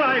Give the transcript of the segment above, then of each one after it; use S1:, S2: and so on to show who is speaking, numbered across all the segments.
S1: One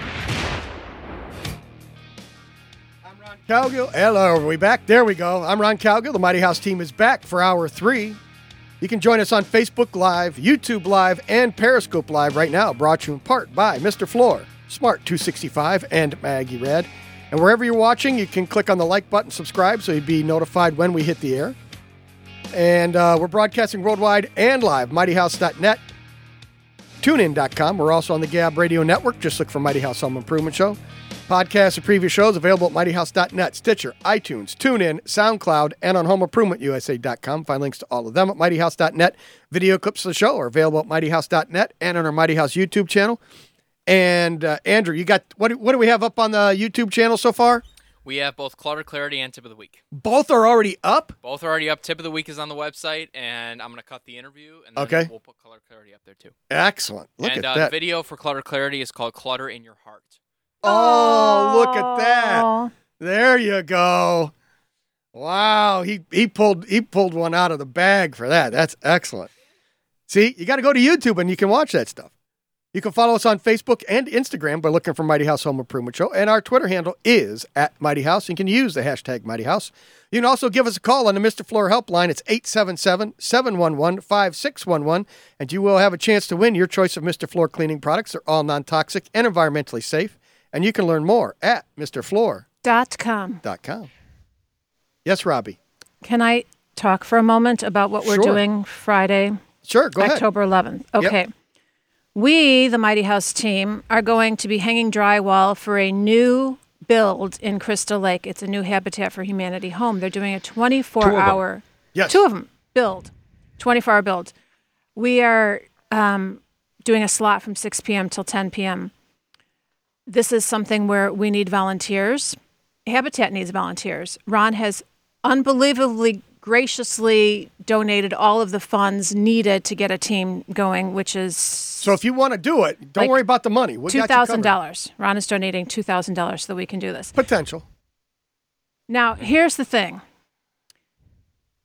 S2: Calgill. Hello, are we back? There we go. I'm Ron Calgill. The Mighty House team is back for hour three. You can join us on Facebook Live, YouTube Live, and Periscope Live right now, brought to you in part by Mr. Floor, Smart265, and Maggie Red. And wherever you're watching, you can click on the like button, subscribe, so you'd be notified when we hit the air. And uh, we're broadcasting worldwide and live, mightyhouse.net, tunein.com. We're also on the Gab Radio Network. Just look for Mighty House Home Improvement Show. Podcasts and previous shows available at mightyhouse.net, Stitcher, iTunes, TuneIn, SoundCloud, and on homeimprovementusa.com. Find links to all of them at mightyhouse.net. Video clips of the show are available at mightyhouse.net and on our Mighty House YouTube channel. And uh, Andrew, you got what? do- What do we have up on the YouTube channel so far?
S3: We have both Clutter Clarity and Tip of the Week.
S2: Both are already up.
S3: Both are already up. Tip of the Week is on the website, and I'm going to cut the interview, and then
S2: Okay.
S3: we'll put Clutter Clarity up there too.
S2: Excellent. Look
S3: and
S2: at
S3: uh,
S2: that.
S3: the video for Clutter Clarity is called Clutter in Your Heart.
S2: oh, look at that. There you go. Wow, he he pulled he pulled one out of the bag for that. That's excellent. See, you got to go to YouTube and you can watch that stuff. You can follow us on Facebook and Instagram by looking for Mighty House Home Improvement Show, and our Twitter handle is at Mighty House. You can use the hashtag Mighty House. You can also give us a call on the Mr. Floor helpline. It's 877-711-5611, and you will have a chance to win your choice of Mr. Floor cleaning products. They're all non-toxic and environmentally safe, and you can learn more at Mr. Floor
S4: Dot com.
S2: com. Yes, Robbie.
S4: Can I talk for a moment about what we're
S2: Sure.
S4: doing Friday,
S2: Sure, go ahead.
S4: October 11th? Okay. We, the Mighty House team, are going to be hanging drywall for a new build in Crystal Lake. It's a new Habitat for Humanity home. They're doing a 24 hour,
S2: Yes.
S4: two of them, build, 24 hour build. We are um, doing a slot from 6 p.m. till 10 p.m. This is something where we need volunteers. Habitat needs volunteers. Ron has unbelievably graciously donated all of the funds needed to get a team going, which is
S2: So if you want to do it, don't
S4: Like
S2: worry about the money. We got you
S4: two
S2: covered.
S4: thousand dollars. Ron is donating two thousand dollars so that we can do this.
S2: Potential.
S4: Now, here's the thing: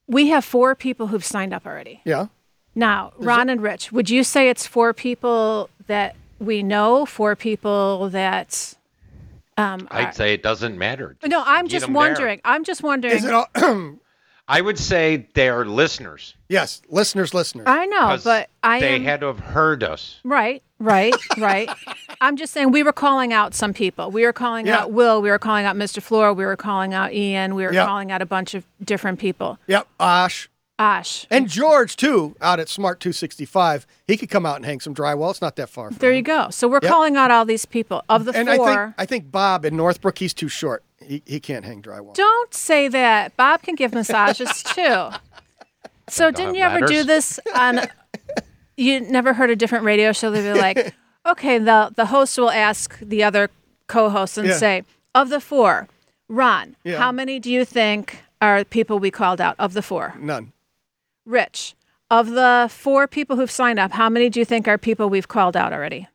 S4: we have four people who've signed up already.
S2: Yeah.
S4: Now, Ron and Rich, would you say it's four people that we know, four people that? Um, are-
S5: I'd say it doesn't matter.
S4: no, I'm
S5: get
S4: just
S5: 'em there.
S4: wondering. I'm just wondering.
S2: Is it all?
S5: I would say they are listeners.
S2: yes, listeners, listeners.
S4: I know,
S5: 'cause
S4: Oh, but I
S5: they
S4: am,
S5: had to have heard us.
S4: Right, right, right. I'm just saying we were calling out some people. We were calling
S2: Yeah.
S4: out Will. We were calling out Mr. Flora. We were calling out Ian. We were
S2: Yeah.
S4: calling out a bunch of different people.
S2: yep. Osh
S4: Ash,
S2: and George too, out at Smart 265. He could come out and hang some drywall. It's not that far. From
S4: there you go. So we're
S2: Yeah.
S4: calling out all these people of the
S2: Mm-hmm. and I think
S4: four.
S2: I think Bob in Northbrook. He's too short. He, he can't hang drywall.
S4: Don't say that. Bob can give massages too. So didn't you ever do
S5: ladders.
S4: this on? You never heard a different radio show? They'd be like, okay, the the host will ask the other co-host and
S2: Yeah.
S4: say, of the four, Ron,
S2: Yeah.
S4: how many do you think are people we called out of the four?
S2: None.
S4: Rich, of the four people who've signed up, how many do you think are people we've called out already?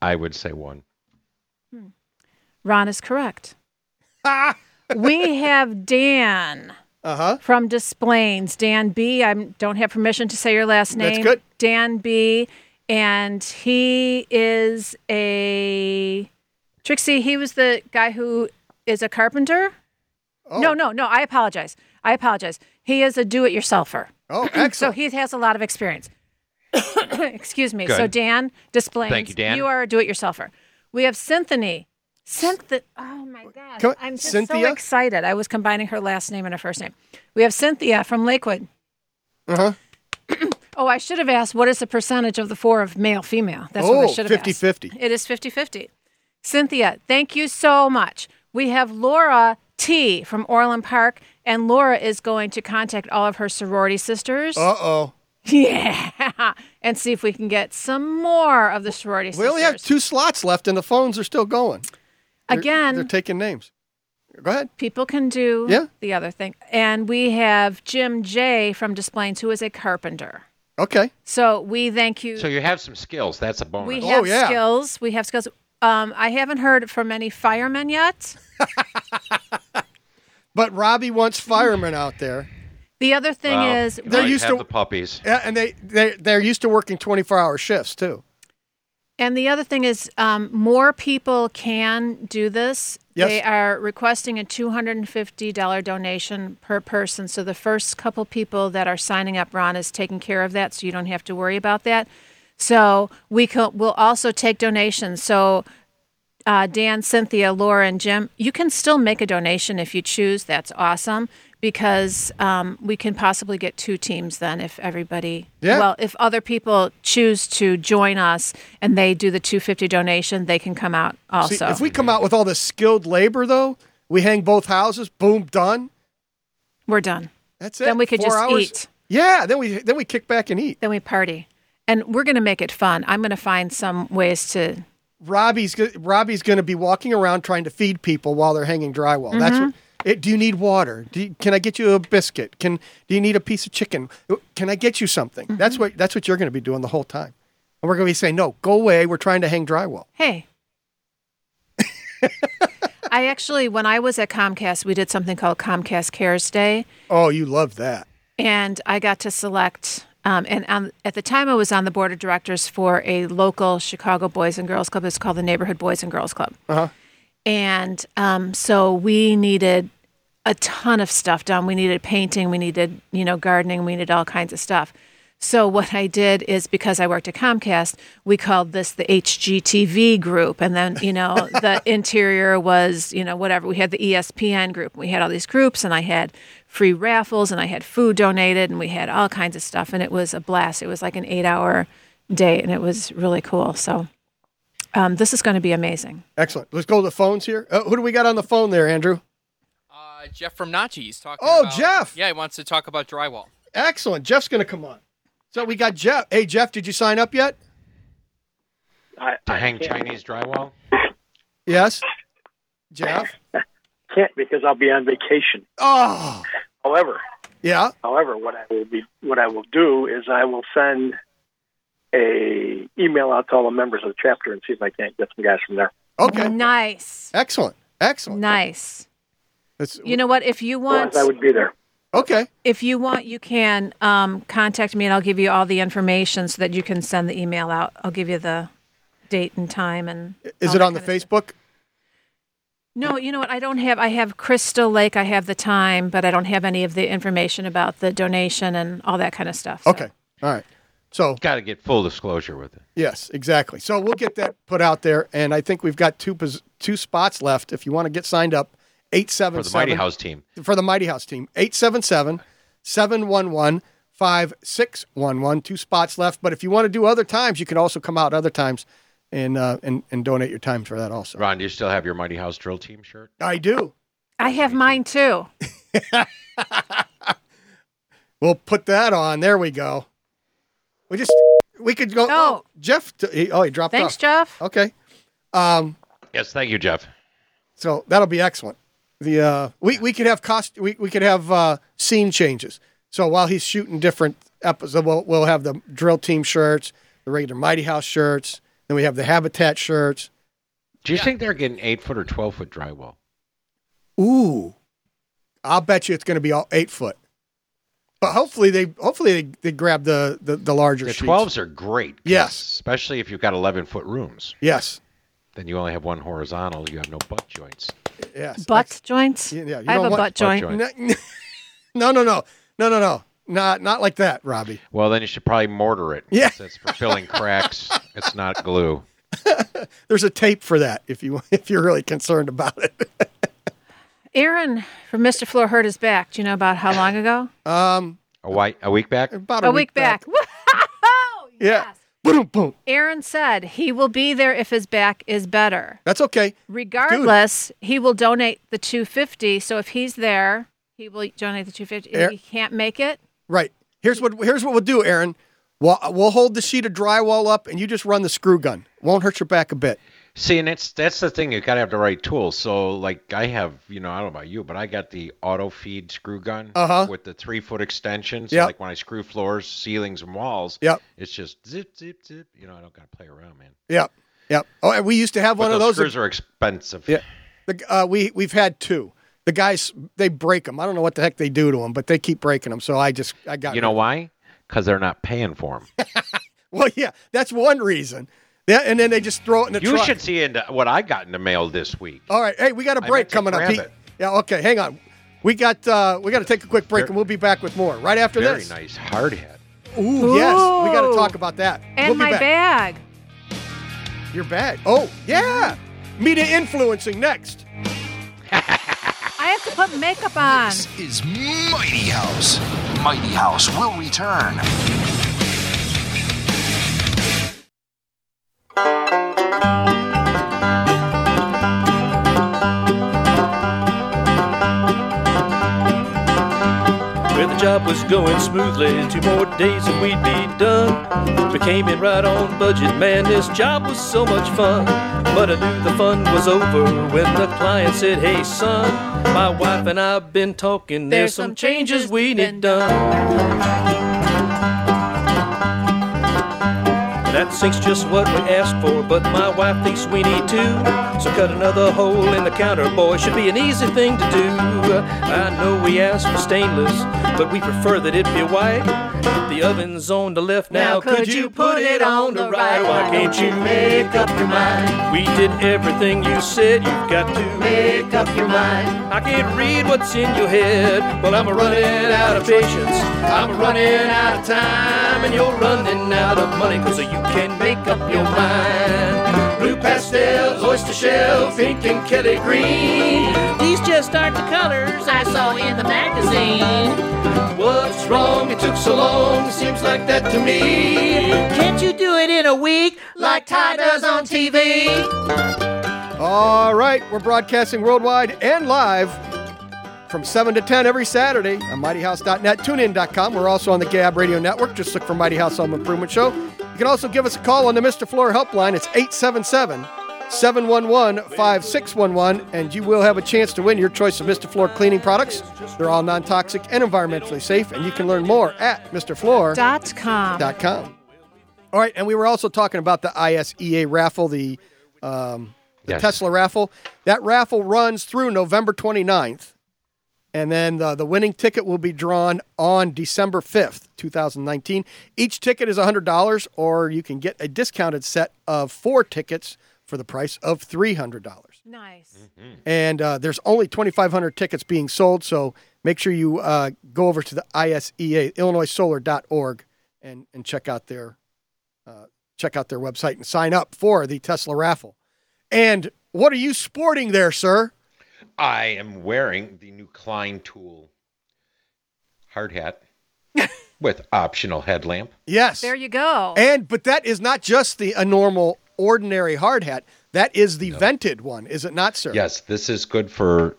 S5: I would say one.
S4: Ron is correct. we have Dan.
S2: Uh huh.
S4: from Displains, Dan B. I don't have permission to say your last
S2: That's
S4: name.
S2: good.
S4: Dan B. And he is a Trixie. He was the guy who is a carpenter.
S2: Oh.
S4: No, no, no. I apologize. I apologize. He is a do-it-yourselfer,
S2: Oh,
S4: so
S2: excellent.
S4: he has a lot of experience. Excuse me.
S5: Good.
S4: So Dan Displains,
S5: Thank you, Dan.
S4: You are a do-it-yourselfer. We have Synthony. Synth. Oh my gosh.
S2: Come-
S4: I'm just so
S2: Cynthia?
S4: excited. I was combining her last name and her first name. We have Cynthia from Lakewood.
S2: Uh huh.
S4: Oh, I should have asked what is the percentage of the four of male female? That's what I
S2: Oh,
S4: should have
S2: 50-50.
S4: asked. It is 50 50. Cynthia, thank you so much. We have Laura T from Orland Park, and Laura is going to contact all of her sorority sisters.
S2: Uh oh.
S4: Yeah. And see if we can get some more of the sorority
S2: We
S4: sisters.
S2: only have two slots left, and the phones are still going. They're-
S4: Again,
S2: they're taking names. Go ahead.
S4: People can do
S2: Yeah.
S4: the other thing. And we have Jim J from Des Plaines, who is a carpenter.
S2: Okay.
S4: So we thank you.
S5: So you have some skills. That's a bonus.
S4: we
S2: Oh,
S4: have
S2: yeah.
S4: skills. We have skills. Um, I haven't heard from any firemen yet.
S2: But Robbie wants firemen out there.
S4: The other thing
S5: Well,
S4: is,
S5: Uh, you
S2: They're
S5: might
S2: used
S5: have
S2: to-
S5: the puppies.
S2: Yeah, and they they they're used to working 24-hour shifts too.
S4: And the other thing is, um, more people can do this.
S2: Yes.
S4: They are requesting a $250 donation per person. So the first couple people that are signing up, Ron is taking care of that, so you don't have to worry about that. So we can, we'll also take donations. So uh, Dan, Cynthia, Laura, and Jim, you can still make a donation if you choose. That's awesome because um, we can possibly get two teams then if everybody.
S2: Yeah.
S4: Well, if other people choose to join us and they do the 250 donation, they can come out
S2: See,
S4: also.
S2: if we come out with all this skilled labor though, we hang both houses, boom, done.
S4: We're done.
S2: That's it.
S4: Then we could
S2: Four
S4: just
S2: hours.
S4: eat.
S2: Yeah, then we then we kick back and eat.
S4: Then we party. And we're going to make it fun. I'm going to find some ways to.
S2: Robbie's go- Robbie's going to be walking around trying to feed people while they're hanging drywall. That's
S4: Mm-hmm.
S2: what. It, do you need water? Do you, can I get you a biscuit? Can do you need a piece of chicken? Uh, Can I get you something?
S4: Mm-hmm.
S2: That's what that's what you're going to be doing the whole time. And we're going to be saying, "No, go away. We're trying to hang drywall."
S4: Hey. I actually, when I was at Comcast, we did something called Comcast Cares Day.
S2: Oh, you love that.
S4: and I got to select. Um, and um, at the time, I was on the board of directors for a local Chicago Boys and Girls Club. It's called the Neighborhood Boys and Girls Club.
S2: Uh-huh.
S4: And um, so we needed a ton of stuff done. We needed painting. We needed you know gardening. We needed all kinds of stuff. So what I did is because I worked at Comcast, we called this the HGTV group, and then you know the interior was you know whatever. We had the E ESPN group. We had all these groups, and I had free raffles, and I had food donated, and we had all kinds of stuff, and it was a blast. It was like an eight-hour day, and it was really cool. So um, this is going to be amazing.
S2: Excellent. Let's go to the phones here. Uh, who do we got on the phone there, Andrew?
S3: Uh, Jeff from Nachi. He's talking.
S2: Oh,
S3: about-
S2: Jeff!
S3: Yeah, he wants to talk about drywall.
S2: Excellent. Jeff's going to come on. So we got Jeff. Hey, Jeff, did you sign up yet?
S6: I,
S5: To
S6: I
S5: hang
S6: can't,
S5: Chinese drywall?
S2: Yes. Jeff.
S6: can't because I'll be on vacation.
S2: Oh,
S6: However,
S2: yeah.
S6: however, what I will be, what I will do is I will send a email out to all the members of the chapter and see if I can't get some guys from there.
S2: Okay.
S4: Nice,
S2: Excellent. Excellent.
S4: nice.
S2: That's-
S4: You know what? If you want,
S6: Otherwise, I would be there.
S2: okay.
S4: if you want, you can um, contact me, and I'll give you all the information so that you can send the email out. I'll give you the date and time, and
S2: Is
S4: all
S2: it
S4: that
S2: on the
S4: kinda stuff.
S2: Facebook?
S4: No, you know what? I don't have. I have Crystal Lake. I have the time, but I don't have any of the information about the donation and all that kind of stuff. so.
S2: Okay. All right. So,
S5: Got to get full disclosure with it.
S2: yes, exactly. So, we'll get that put out there. And I think we've got two pos- two spots left. If you want to get signed up,
S5: For
S2: 877
S5: the Mighty House team.
S2: for the Mighty House team, 877 711 5611. Two spots left. But if you want to do other times, you can also come out other times and, uh, and, and donate your time for that also.
S5: Ron, do you still have your Mighty House drill team shirt?
S2: I do.
S4: I have mine too.
S2: We'll put that on. There we go. We just, we could go.
S4: Oh.
S2: Jeff, he- oh, he dropped
S4: Thanks,
S2: off.
S4: Jeff.
S2: Okay. Um,
S5: Yes, thank you, Jeff.
S2: So that'll be excellent. The uh, we we could have cost we, we could have uh, scene changes. So while he's shooting different episodes, we'll, we'll have the drill team shirts, the regular Mighty House shirts, then we have the Habitat shirts.
S5: Do you
S3: Yeah.
S5: think they're getting eight foot or 12 foot drywall?
S2: Ooh, I'll bet you it's going to be all eight foot. But hopefully they hopefully they, they grab the the, the larger
S5: The
S2: sheets.
S5: 12s are great. 'cause
S2: Yes.
S5: Especially if you've got 11 foot rooms.
S2: Yes,
S5: Then you only have one horizontal. You have no butt joints.
S2: yes.
S4: Butt joints.
S2: Yeah, yeah, you
S4: I have
S2: don't
S4: a
S2: want-
S4: butt joint.
S5: joint.
S2: No, no, no, no, no, no, no. Not not like that, Robbie.
S5: Well, then you should probably mortar it.
S2: Yeah.
S5: 'cause That's for filling cracks. It's not glue.
S2: There's a tape for that if you if you're really concerned about it.
S4: Aaron from Mr. Floor hurt his back. Do you know about how long ago?
S2: Um,
S5: A, wi- a week back?
S2: about
S4: a, week, back. Woo-hoo!
S2: Yeah.
S4: Yes.
S2: Boom, boom.
S4: Aaron said he will be there if his back is better.
S2: That's okay.
S4: Regardless, he will donate the 250. So if he's there, he will donate the 250. If
S2: Aar-
S4: he can't make it,
S2: Right. Here's what here's what we'll do, Aaron. We'll, we'll hold the sheet of drywall up, and you just run the screw gun. Won't hurt your back a bit.
S5: See, and it's that's the thing. You gotta have the right tools. So, like, I have, you know, I don't know about you, but I got the auto feed screw gun
S2: Uh-huh.
S5: with the three foot extension. So,
S2: Yep.
S5: like, when I screw floors, ceilings, and walls,
S2: Yep.
S5: it's just zip, zip, zip. You know, I don't gotta play around, man.
S2: Yep. Yep. Oh, and we used to have
S5: But
S2: one of
S5: those
S2: those.
S5: screws are expensive.
S2: Yeah. The, uh, we we've had two. The guys they break them. I don't know what the heck they do to them, but they keep breaking them. So I just I got
S5: You know why? Because they're not paying for them.
S2: Well, yeah, that's one reason. Yeah, and then they just throw it in the
S5: you
S2: truck.
S5: should see into what I got in the mail this week.
S2: All right, hey, we got a
S5: I
S2: break
S5: meant to
S2: coming up.
S5: grab
S2: Pete.
S5: it.
S2: Yeah, okay, hang on. We got uh, we got to take a quick break,
S5: Very-
S2: and we'll be back with more right after
S5: Very
S2: this.
S5: nice hard hat.
S2: Ooh, yes, we got to
S4: Ooh.
S2: talk about that.
S4: And
S2: we'll be
S4: my
S2: back.
S4: bag.
S2: Your bag. Oh, yeah. Media influencing next.
S4: I have to put makeup on.
S7: This is Mighty House. Mighty House will return.
S8: Where the job was going smoothly, two more days and we'd be done. We came in right on budget, man, this job was so much fun. But I knew the fun was over when the client said, Hey son, my wife and I've been talking, there's, some changes we need done. That sink's just what we asked for, but my wife thinks we need two. So cut another hole in the counter, boy, should be an easy thing to do. I know we asked for stainless, but we prefer that it be white. The oven's on the left now, could you put it on the right? Why can't you make up your mind? We did everything you said, you've got to make up your mind. I can't read what's in your head, well, I'm running out of patience. I'm running out of time, and you're running out of money, cause you can make up your mind. Blue pastels, oyster shell, pink and Kelly green. These just aren't the colors I saw in the magazine. What's wrong? It took so long, seems like that to me. Can't you do it in a week like Ty does on TV?
S2: All right, we're broadcasting worldwide and live from 7 to 10 every Saturday on mightyhouse.net, tunein.com. We're also on the Gab Radio Network. Just look for Mighty House Home Improvement Show. You can also give us a call on the Mr. Floor helpline. It's 877 711 5611, and you will have a chance to win your choice of Mr. Floor cleaning products. They're all non toxic and environmentally safe, and you can learn more at MrFloor.com.
S4: Dot com.
S2: All right, and we were also talking about the ISEA raffle, the the
S5: Yes.
S2: Tesla raffle. That raffle runs through November 29th. And then the, the winning ticket will be drawn on December 5th, 2019. Each ticket is $100, or you can get a discounted set of four tickets for the price of $300.
S4: Nice.
S2: And uh, there's only 2,500 tickets being sold, so make sure you uh, go over to the E ISEA, IllinoisSolar.org, and, and check out their uh, check out their website and sign up for the Tesla raffle. And what are you sporting there, sir?
S5: I am wearing the new Klein Tool hard hat with optional headlamp.
S2: Yes.
S4: There you go.
S2: and but that is not just the a normal ordinary hard hat. That is the vented one, is it not, sir?
S5: Yes, this is good for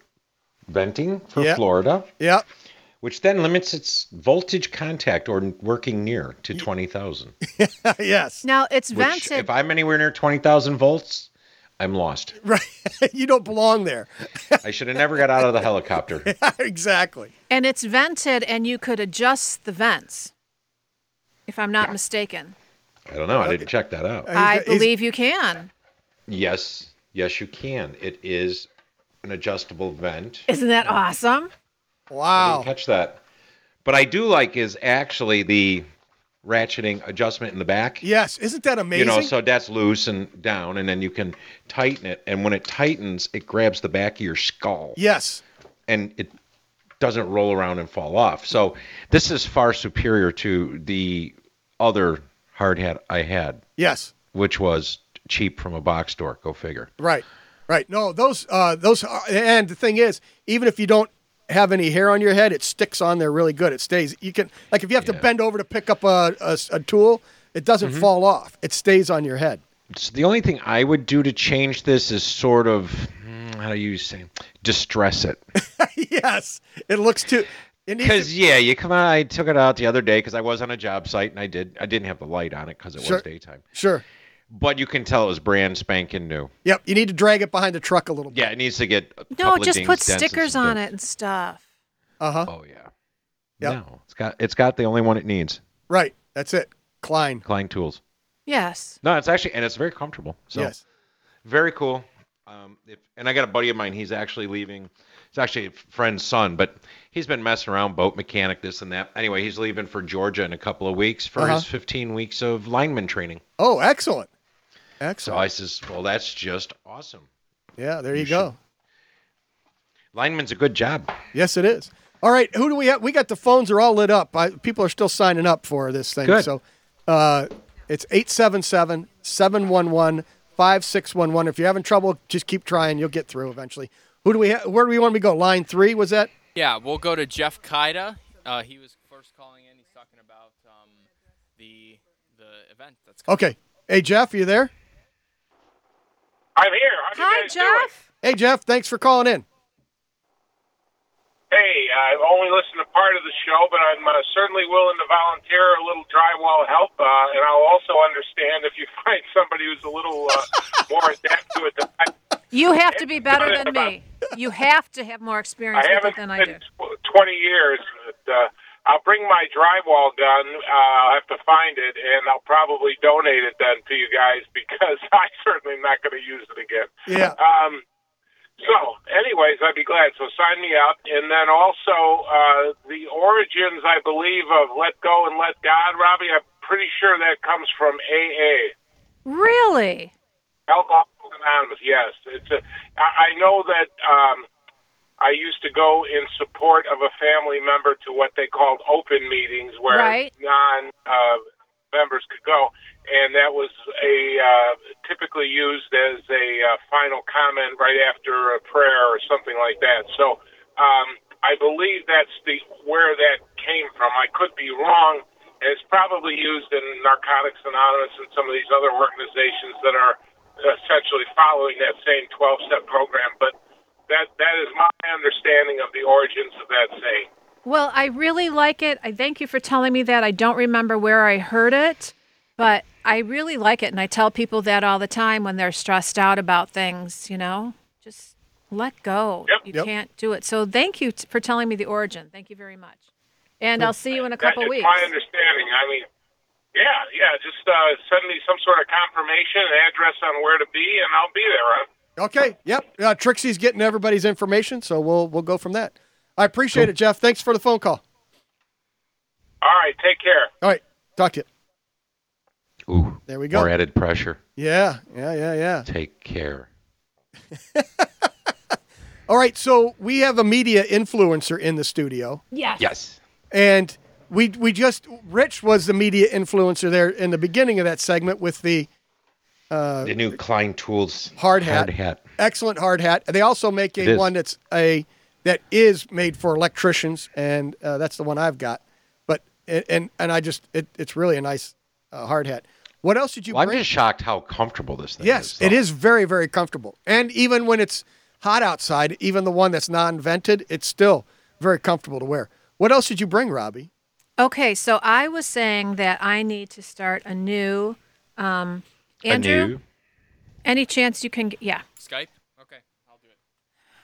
S5: venting for
S2: Yeah.
S5: Florida,
S2: Yep.
S5: which then limits its voltage contact or working near to 20,000. Which,
S2: yes.
S4: now it's vented.
S5: if I'm anywhere near 20,000 volts, I'm lost.
S2: Right. you don't belong there.
S5: I should have never got out of the helicopter.
S2: exactly.
S4: And it's vented, and you could adjust the vents, if I'm not mistaken.
S5: I don't know. I didn't check that out.
S4: I
S2: he's-
S4: believe you can.
S5: Yes, yes, you can. It is an adjustable vent.
S4: Isn't that awesome?
S2: Wow.
S5: catch that. But I do like is actually the ratcheting adjustment in the back.
S2: Yes. Isn't that amazing?
S5: You know, so that's loose and down, and then you can tighten it. And when it tightens, it grabs the back of your skull,
S2: yes.
S5: and it doesn't roll around and fall off. So this is far superior to the other hard hat I had,
S2: Yes.
S5: which was cheap from a box store. Go figure.
S2: Right. Right. No, those uh those are, and the thing is, even if you don't have any hair on your head, it sticks on there really good. It stays. You can like if you have to bend over to pick up a a, a tool, it doesn't
S5: Mm-hmm.
S2: fall off. It stays on your head.
S5: So the only thing I would do to change this is sort of hmm, how do you say distress it.
S2: yes. It looks too it needs to-
S5: Because yeah, you come out. I took it out the other day because I was on a job site and I did. I didn't have the light on it because it
S2: Sure.
S5: was daytime.
S2: sure.
S5: but you can tell it was brand spanking new.
S2: Yep, you need to drag it behind the truck a little bit.
S5: Yeah, it needs to get. a couple
S4: No,
S5: of
S4: just
S5: dings,
S4: put
S5: dents, and
S4: stickers
S5: some
S4: on
S5: dirt.
S4: it and stuff.
S2: Uh huh.
S5: Oh yeah.
S2: Yep.
S5: No, it's got it's got the only one it needs.
S2: Right. That's it. Klein.
S5: Klein tools.
S4: Yes.
S5: No, it's actually and it's very comfortable. So
S2: Yes.
S5: very cool. Um, if, and I got a buddy of mine. He's actually leaving. It's actually a friend's son, but he's been messing around, boat mechanic, this and that. Anyway, he's leaving for Georgia in a couple of weeks for
S2: Uh-huh.
S5: his 15 weeks of lineman training.
S2: Oh, excellent.
S5: So
S2: Excellent.
S5: I says, well, that's just awesome.
S2: yeah, there you,
S5: you
S2: go.
S5: Lineman's a good job.
S2: Yes, it is. All right, who do we have? We got the phones are all lit up. I, people are still signing up for this thing.
S5: Good.
S2: So uh, it's 877 711 5611. If you're having trouble, just keep trying. You'll get through eventually. Who do we ha- Where do we want to go? Line three, was that?
S3: Yeah, we'll go to Jeff Kaida. Uh, he was first calling in. He's talking about um, the the event that's coming.
S2: Okay. Hey, Jeff, are you there?
S8: I'm here. How you
S4: Hi,
S8: guys doing?
S4: Jeff.
S2: Hey, Jeff, thanks for calling in.
S8: Hey, I've only listened to part of the show, but I'm uh, certainly willing to volunteer a little drywall help, uh, and I'll also understand if you find somebody who's a little uh, more adept to it. Than I,
S4: You have to be better than
S8: about-
S4: me. You have to have more experience
S8: I
S4: with it
S8: haven't
S4: than I do.
S8: been tw- 20 years. But, uh, I'll bring my drywall gun. Uh, I'll have to find it, and I'll probably donate it then to you guys because I'm certainly not going to use it again.
S2: Yeah.
S8: Um, so, anyways, I'd be glad. So sign me up, and then also uh, the origins, I believe, of "Let Go and Let God." Robbie, I'm pretty sure that comes from AA,
S4: Really?
S8: Alcohol Anonymous. Yes, it's. A, I, I know that um, I used to go in support of a family member to what they called open meetings, where
S4: Right.
S8: non uh, members could go, and that was a uh, typically used as a uh, final comment right after a prayer or something like that. So um, I believe that's the where that came from. I could be wrong. and It's probably used in Narcotics Anonymous and some of these other organizations that are essentially following that same 12-step program, but that that is my understanding of the origins of that saying.
S4: Well, I really like it. I thank you for telling me that. I don't remember where I heard it, but I really like it. And I tell people that all the time when they're stressed out about things, you know, just let go.
S8: Yep.
S4: You
S2: Yep.
S4: can't do it. So thank you t- for telling me the origin. Thank you very much. And I'll see you in a
S8: That
S4: couple
S8: is
S4: weeks.
S8: my understanding. I mean, yeah, yeah. Just uh, send me some sort of confirmation, an address on where to be, and I'll be there. Uh,
S2: Okay. Yep. Uh, Trixie's getting everybody's information, so we'll we'll go from that. I appreciate it, Jeff. Thanks for the phone call.
S8: All right, take care.
S2: All right. Talk to you.
S5: Ooh,
S2: There we go.
S5: More added pressure.
S2: Yeah. Yeah. Yeah. Yeah.
S5: Take care.
S2: All right. So we have a media influencer in the studio.
S4: yes.
S5: Yes.
S2: and we we just Rich was the media influencer there in the beginning of that segment with the
S5: the new Klein tools
S2: Uh, hard hat.
S5: Hard hat.
S2: excellent hard hat. They also make
S5: It
S2: a
S5: is.
S2: one that's a that is made for electricians, and uh, that's the one I've got. But and and, and I just it, it's really a nice uh, hard hat. What else did you
S5: Well, I'm
S2: bring?
S5: just shocked how comfortable this thing
S2: yes,
S5: is.
S2: it
S5: though.
S2: is very very comfortable, and even when it's hot outside, even the one that's non-vented, it's still very comfortable to wear. What else did you bring, Robbie?
S4: Okay. So I was saying that I need to start a new. Um,
S5: A
S4: Andrew,
S5: new-
S4: any chance you can? g- Yeah.
S3: Skype. Okay, I'll do it.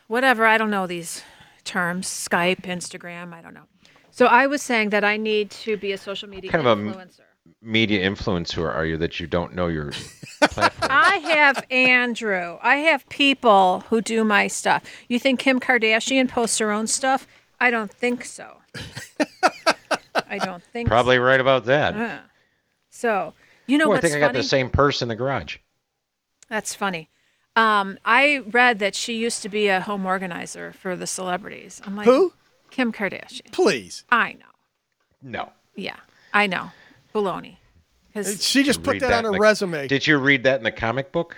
S4: whatever i don't know these terms skype instagram i don't know so i was saying that i need to be a social media
S5: Kind of a m-
S4: influencer
S5: media influencer are you that you don't know your platform?
S4: I have andrew i have people who do my stuff you think kim kardashian posts her own stuff i don't think so i don't think so.
S5: Probably right about that.
S4: so you know
S5: Ooh, I
S4: what's
S5: think I
S4: Uh, funny
S5: got the same purse in the garage.
S4: that's funny um, i read that she used to be a home organizer for the celebrities i'm like
S2: Who?
S4: kim kardashian
S2: Please.
S4: i know
S5: No.
S4: Yeah, I know. Baloney. 'Cause-
S2: She just put
S5: Read
S2: that,
S5: that
S2: on her
S5: in the-
S2: resume.
S5: Did you read that in the comic book?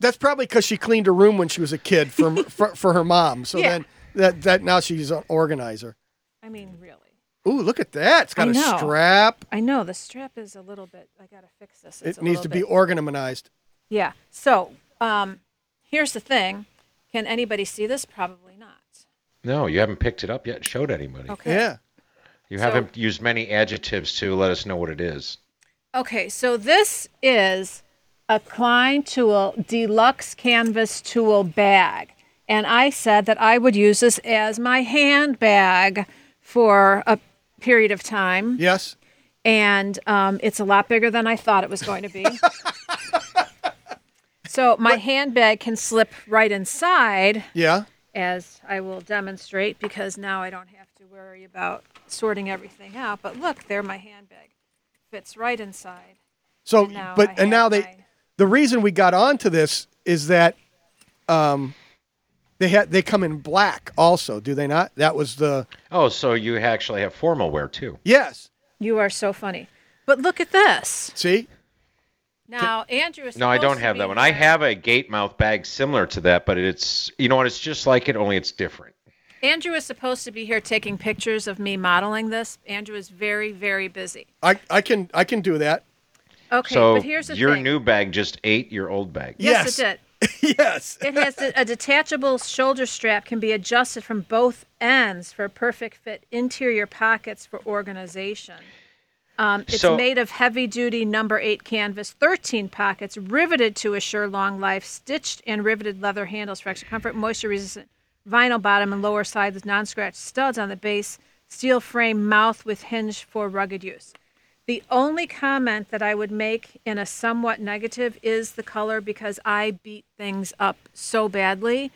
S2: That's probably because she cleaned her room when she was a kid for for, for her mom. So
S4: Yeah.
S2: then that that now she's an organizer.
S4: I mean, really.
S2: Ooh, look at that! It's got
S4: I
S2: a
S4: know.
S2: strap.
S4: I know the strap is a little bit. I gotta fix this. It's
S2: it
S4: a
S2: needs to
S4: little
S2: be
S4: bit-
S2: organized.
S4: Yeah. So, um, here's the thing. Can anybody see this? Probably not.
S5: No, you haven't picked it up yet. and Showed anybody?
S4: Okay.
S2: Yeah.
S5: You
S4: So-
S5: haven't used many adjectives to let us know what it is.
S4: Okay. So this is a Klein Tool Deluxe Canvas Tool Bag. And I said that I would use this as my handbag for a period of time.
S2: Yes.
S4: And um, it's a lot bigger than I thought it was going to be. so my handbag can slip right inside,
S2: Yeah.
S4: as I will demonstrate, because now I don't have to worry about sorting everything out. But look, there my handbag fits right inside.
S2: So,
S4: And now
S2: but
S4: I
S2: and now
S4: have
S2: they, the reason we got onto this is that, um, they had they come in black also, do they not? That was the
S5: Oh, so you actually have formal wear too.
S2: yes.
S4: You are so funny. But look at this.
S2: See,
S4: Now, Andrew is
S5: No, I don't
S4: supposed to
S5: have
S4: be
S5: that one. I have a gate mouth bag similar to that, but it's you know what? It's just like it, only it's different.
S4: Andrew is supposed to be here taking pictures of me modeling this. Andrew is very, very busy.
S2: I I can I can do that.
S4: Okay,
S5: so
S4: but here's the
S5: your
S4: thing.
S5: new bag just ate your old bag.
S4: yes, it
S2: did. yes.
S4: It has a, a detachable shoulder strap can be adjusted from both ends for perfect fit interior pockets for organization. Um, it's
S5: So-
S4: made of heavy duty number eight canvas, 13 pockets, riveted to assure long life, stitched and riveted leather handles for extra comfort, moisture resistant vinyl bottom and lower side with non scratch studs on the base, steel frame mouth with hinge for rugged use. The only comment that I would make in a somewhat negative is the color because I beat things up so badly.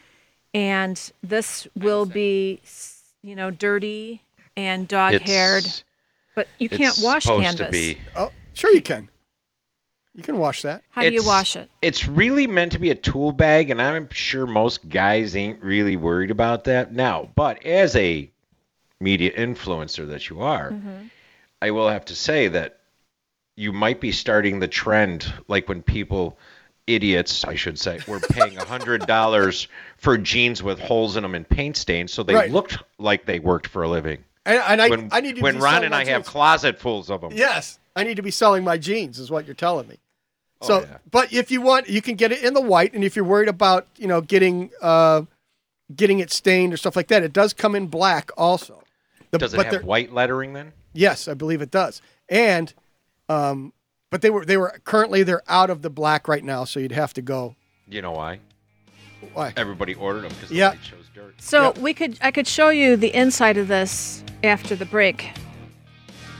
S4: And this will be, s- you know, dirty and dog haired.
S5: It's-
S4: But you
S5: it's
S4: can't wash
S5: supposed
S4: canvas.
S5: to be.
S2: Oh, sure you can. You can wash that.
S4: How do you
S5: It's-
S4: wash it?
S5: It's really meant to be a tool bag, and I'm sure most guys ain't really worried about that now. But as a media influencer that you are,
S4: Mm-hmm.
S5: I will have to say that you might be starting the trend like when people idiots i should say were paying $100 for jeans with holes in them and paint stains so they
S2: Right.
S5: looked like they worked for a living
S2: And, and I
S5: when,
S2: I need to
S5: when
S2: be
S5: ron
S2: selling
S5: and
S2: my
S5: i have
S2: jeans.
S5: closet fulls of them
S2: Yes, I need to be selling my jeans, is what you're telling me. So,
S5: Oh, yeah.
S2: but if you want, you can get it in the white, and if you're worried about, you know, getting uh, getting it stained or stuff like that, it does come in black also. The-
S5: does it
S2: but
S5: have
S2: they're-
S5: white lettering then
S2: Yes, I believe it does. And, um, but they were they were currently they're out of the black right now, so you'd have to go.
S5: you know why
S2: Why?
S5: everybody ordered them because
S2: Yeah.
S5: they chose dirt
S4: So we could I could show you the inside of this after the break.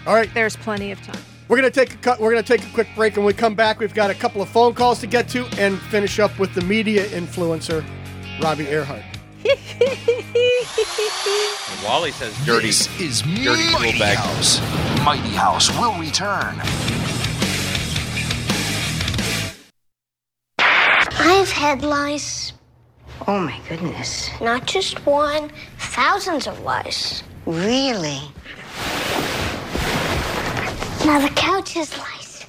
S2: All right,
S4: There's plenty of time.
S2: we're gonna take a cut. We're gonna take a quick break, and when we come back, we've got a couple of phone calls to get to, and finish up with the media influencer, Robbie Earhart.
S5: And wally says dirty
S7: This is
S5: dirty tool
S7: Mighty
S5: bag.
S7: House. Mighty House will return.
S9: I've had lice. Oh my goodness. Not just one, thousands of lice. Really? Now the couch is lice.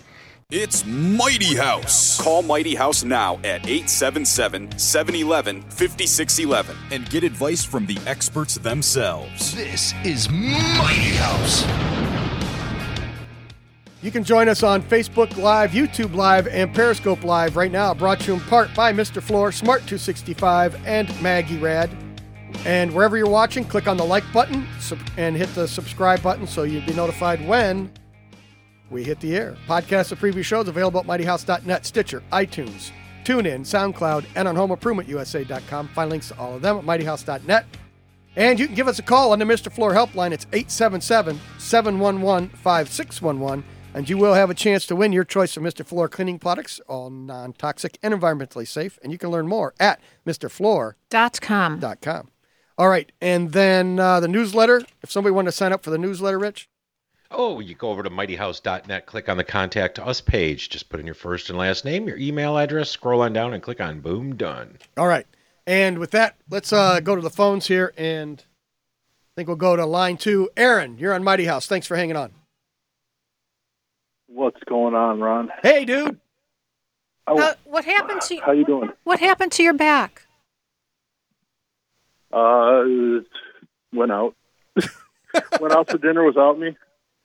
S10: It's Mighty House. Call Mighty House now at 877 711 5611 and get advice from the experts themselves.
S7: This is Mighty House.
S2: You can join us on Facebook Live, YouTube Live, and Periscope Live right now. Brought to you in part by Mr. Floor, Smart 265, and Maggie Rad. And wherever you're watching, click on the like button sub- and hit the subscribe button so you'll be notified when we hit the air. Podcasts of previous shows available at mightyhouse.net, Stitcher, iTunes, TuneIn, SoundCloud, and on homeimprovementusa.com. Find links to all of them at mightyhouse.net. And you can give us a call on the Mr. Floor helpline. It's 877 711 5611. And you will have a chance to win your choice of Mr. Floor cleaning products, all non toxic and environmentally safe. And you can learn more at MrFloor.com.
S4: Dot com.
S2: All right. And then uh, the newsletter. If somebody wanted to sign up for the newsletter, Rich,
S5: Oh, you go over to mightyhouse.net, click on the contact us page. Just put in your first and last name, your email address, scroll on down and click on boom done.
S2: All right. And with that, let's uh, go to the phones here. And I think we'll go to line two. Aaron, you're on Mighty House. Thanks for hanging on.
S11: What's going on, Ron?
S2: Hey, dude.
S11: Oh,
S4: Uh, what happened to
S11: how you doing?
S4: What happened to your back?
S9: Oh.
S11: Uh, went out. went out to dinner without me.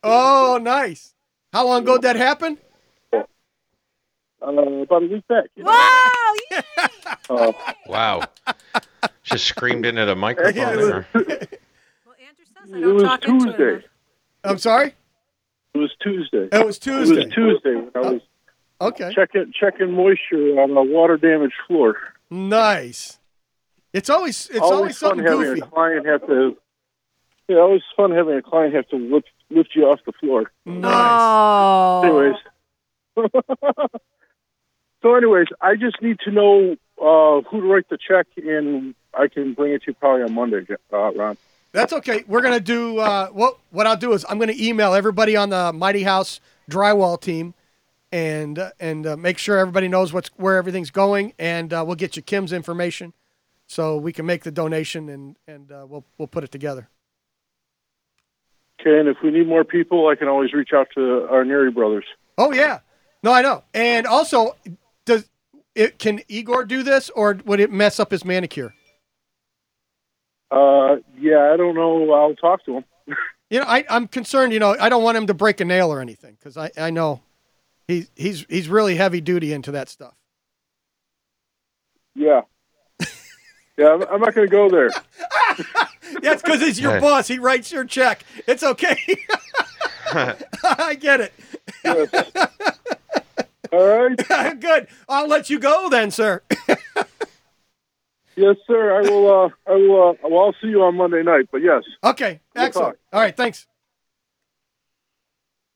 S2: Oh, nice. How long ago did that happen?
S11: Uh, about a week back.
S4: Wow!
S11: Uh,
S5: Wow. Just screamed into the microphone
S11: Yeah, it was-
S5: there.
S11: it was Tuesday.
S2: I'm sorry?
S11: It was Tuesday.
S2: It was
S11: It was
S2: Tuesday. Oh,
S11: Tuesday when I was
S2: Okay.
S12: Check it. Checking moisture on a water damaged floor.
S2: Nice. It's always it's always,
S12: always fun
S2: something
S12: having
S2: goofy.
S12: a client have to. Yeah, always fun having a client have to lift lift you off the floor.
S4: Oh.
S12: Anyways. so, anyways, I just need to know uh, who to write the check, and I can bring it to you probably on Monday, uh, Ron.
S2: That's okay. We're gonna do uh, what what I'll do is I'm gonna email everybody on the Mighty House drywall team, and uh, and uh, make sure everybody knows what's where everything's going, and uh, we'll get you Kim's information, so we can make the donation and and uh, we'll we'll put it together.
S12: Okay, and if we need more people, I can always reach out to our Neri brothers.
S2: Oh yeah, no I know. And also, does it can Igor do this or would it mess up his manicure?
S12: Uh, yeah, I don't know. I'll talk to them.
S2: You know, I, I'm concerned. You know, I don't want him to break a nail or anything because I, I know he's he's he's really heavy duty into that stuff.
S12: Yeah. yeah, I'm, I'm not going to go there.
S2: That's because he's your
S12: Yeah.
S2: boss. He writes your check. It's okay. I get it.
S12: All right.
S2: Good. I'll let you go then, sir.
S12: Yes, sir. I will. Uh, I will. Uh, well, I'll see you on Monday night. But yes.
S2: Okay.
S12: We'll
S2: Excellent.
S12: talk.
S2: All right. Thanks.